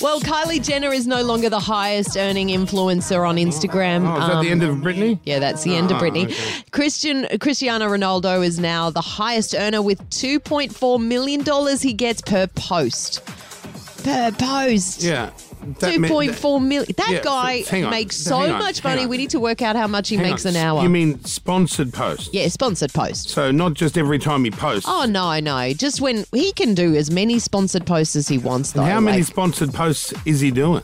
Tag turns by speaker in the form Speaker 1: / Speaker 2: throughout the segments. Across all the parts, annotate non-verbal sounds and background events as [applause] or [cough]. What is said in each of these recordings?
Speaker 1: Well, Kylie Jenner is no longer the highest earning influencer on Instagram.
Speaker 2: Oh, is that
Speaker 1: Um,
Speaker 2: the end of Brittany?
Speaker 1: yeah, that's the end of
Speaker 2: Ah,
Speaker 1: Britney.
Speaker 2: okay.
Speaker 1: Christian Cristiano Ronaldo is now the highest earner with 2.4 million dollars he gets per post. Per post.
Speaker 2: Yeah. That
Speaker 1: Two
Speaker 2: meant-
Speaker 1: point four million. That
Speaker 2: Yeah,
Speaker 1: guy
Speaker 2: f- hang on,
Speaker 1: makes
Speaker 2: hang
Speaker 1: so
Speaker 2: on,
Speaker 1: much
Speaker 2: hang
Speaker 1: money.
Speaker 2: on.
Speaker 1: We need to work out how much he
Speaker 2: hang
Speaker 1: makes
Speaker 2: on,
Speaker 1: an hour.
Speaker 2: You mean sponsored posts?
Speaker 1: yeah, sponsored posts.
Speaker 2: So not just every time he posts.
Speaker 1: Oh no, no! Just when he can do as many sponsored posts as he wants, though.
Speaker 2: How many
Speaker 1: like-
Speaker 2: sponsored posts is he doing?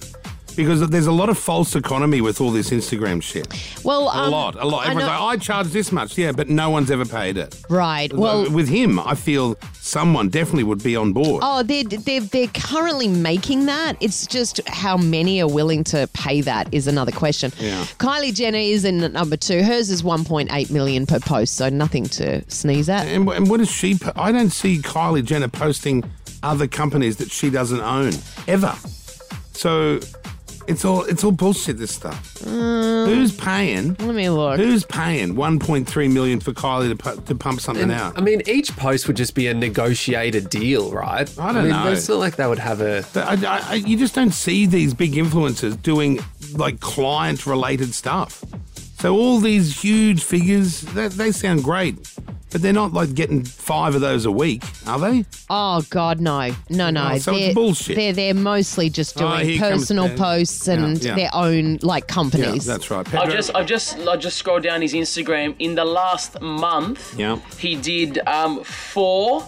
Speaker 2: Because there's a lot of false economy with all this Instagram shit.
Speaker 1: well,
Speaker 2: A
Speaker 1: um,
Speaker 2: lot, a lot.
Speaker 1: I
Speaker 2: Everyone's
Speaker 1: know-
Speaker 2: like, "Oh, I charge this much, yeah, but no one's ever paid it.
Speaker 1: right. Well,
Speaker 2: with him, I feel someone definitely would be on board.
Speaker 1: Oh, they're, they're, they're currently making that. It's just how many are willing to pay that is another question.
Speaker 2: Yeah.
Speaker 1: Kylie Jenner is in at number two. Hers is 1.8 million per post, so nothing to sneeze at.
Speaker 2: And, wh- and what is she? po- I don't see Kylie Jenner posting other companies that she doesn't own ever. So it's all it's all bullshit. This stuff.
Speaker 3: Mm.
Speaker 2: Who's paying?
Speaker 1: Let me look.
Speaker 2: Who's paying 1.3 million for Kylie to, pu- to pump something out?
Speaker 3: I mean, each post would just be a negotiated deal, right?
Speaker 2: I don't
Speaker 3: mean,
Speaker 2: know.
Speaker 3: It's not like they would have a.
Speaker 2: But I, I, I, you just don't see these big influencers doing like client related stuff. So all these huge figures, they, they sound great, but they're not like getting five of those a week, are they?
Speaker 1: Oh, God, no. No, no.
Speaker 2: Oh, so it's
Speaker 1: they're,
Speaker 2: bullshit.
Speaker 1: They're, they're mostly just
Speaker 2: Oh,
Speaker 1: doing
Speaker 2: here comes
Speaker 1: personal
Speaker 2: Ben.
Speaker 1: posts and
Speaker 2: Yeah, yeah.
Speaker 1: their own, like,
Speaker 2: Yeah,
Speaker 1: companies.
Speaker 2: that's right.
Speaker 4: I
Speaker 2: Pedro-
Speaker 4: just, I just, I just scrolled down his Instagram. In the last month,
Speaker 2: Yeah.
Speaker 4: he did um, four,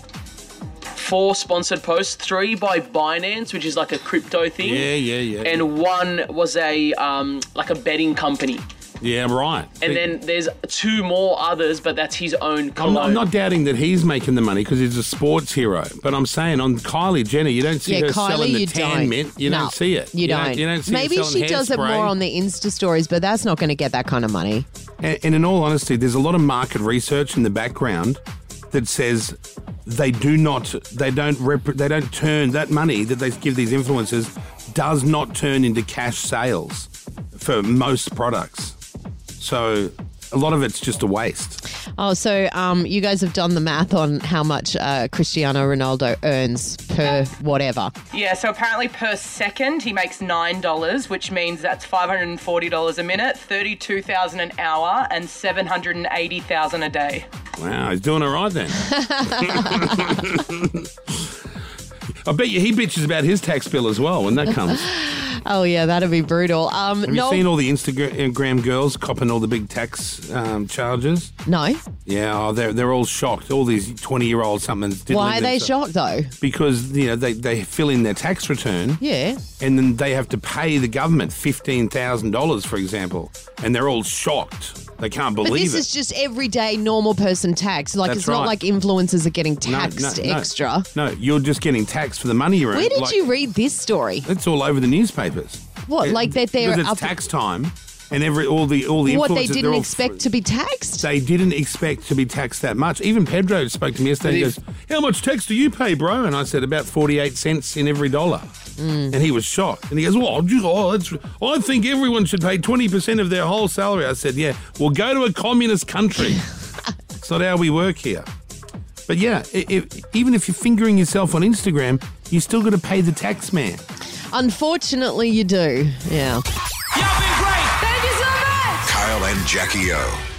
Speaker 4: four sponsored posts. Three by Binance, which is like a crypto thing.
Speaker 2: Yeah, yeah, yeah.
Speaker 4: And one was a um, like a betting company.
Speaker 2: yeah, right.
Speaker 4: And then there's two more others, but that's his own
Speaker 2: I'm
Speaker 4: cologne.
Speaker 2: not, I'm not doubting that he's making the money because he's a sports hero. But I'm saying on Kylie Jenner, you don't see
Speaker 1: Yeah,
Speaker 2: her
Speaker 1: Kylie,
Speaker 2: selling the
Speaker 1: you
Speaker 2: tan
Speaker 1: don't.
Speaker 2: mint. You
Speaker 1: No,
Speaker 2: don't see it.
Speaker 1: You, don't.
Speaker 2: You don't see her
Speaker 1: Maybe
Speaker 2: selling
Speaker 1: she does it
Speaker 2: hairspray.
Speaker 1: more on the Insta stories, but that's not going to get that kind of money.
Speaker 2: And, and in all honesty, there's a lot of market research in the background that says they do not, they don't, rep, they don't turn that money that they give these influencers does not turn into cash sales for most products. So a lot of it's just a waste.
Speaker 1: Oh, so um, you guys have done the math on how much uh, Cristiano Ronaldo earns per whatever.
Speaker 5: Yeah, so apparently per second he makes $9, which means that's $540 a minute, 32000 an hour, and 780000 a day.
Speaker 2: Wow, he's doing all right then. I bet you he bitches about his tax bill as well when that comes.
Speaker 1: Oh yeah, that'd be brutal. Um,
Speaker 2: Have you
Speaker 1: no,
Speaker 2: seen all the Instagram girls copping all the big tax um, charges?
Speaker 1: no.
Speaker 2: Yeah, oh, they're they're all shocked. All these twenty year olds something.
Speaker 1: Why are they shocked though?
Speaker 2: Because you know they, they fill in their tax return,
Speaker 1: Yeah.
Speaker 2: and then they have to pay the government fifteen thousand dollars, for example, and they're all shocked. They can't
Speaker 1: But
Speaker 2: believe
Speaker 1: this
Speaker 2: it.
Speaker 1: is just everyday normal person tax. Like
Speaker 2: That's
Speaker 1: it's not
Speaker 2: right.
Speaker 1: like influencers are getting
Speaker 2: No, no,
Speaker 1: taxed
Speaker 2: no.
Speaker 1: extra.
Speaker 2: No, you're just getting taxed for the money you're.
Speaker 1: Where did
Speaker 2: like,
Speaker 1: you read this story?
Speaker 2: It's all over the newspapers.
Speaker 1: What,
Speaker 2: It-
Speaker 1: like that they're
Speaker 2: because it's
Speaker 1: up-
Speaker 2: tax time, and every all the all the
Speaker 1: What
Speaker 2: influencers,
Speaker 1: they
Speaker 2: they're
Speaker 1: didn't
Speaker 2: all-
Speaker 1: expect to be taxed?
Speaker 2: They didn't expect to be taxed that much. Even Pedro spoke to me yesterday. He
Speaker 3: But
Speaker 2: goes,
Speaker 3: if-
Speaker 2: "How much tax do you pay, bro?" And I said, "About forty-eight cents in every dollar."
Speaker 1: Mm.
Speaker 2: And he was shocked. And he goes, "Well, you- oh, that's, I think everyone should pay twenty percent of their whole salary." I said, "Yeah, well, go to a
Speaker 1: [laughs]
Speaker 2: communist country. it's not how we work here." But yeah, i if, even if you're fingering yourself on Instagram, you still got to pay the tax man.
Speaker 1: Unfortunately, you do. Yeah.
Speaker 6: Kyle and Jackie O.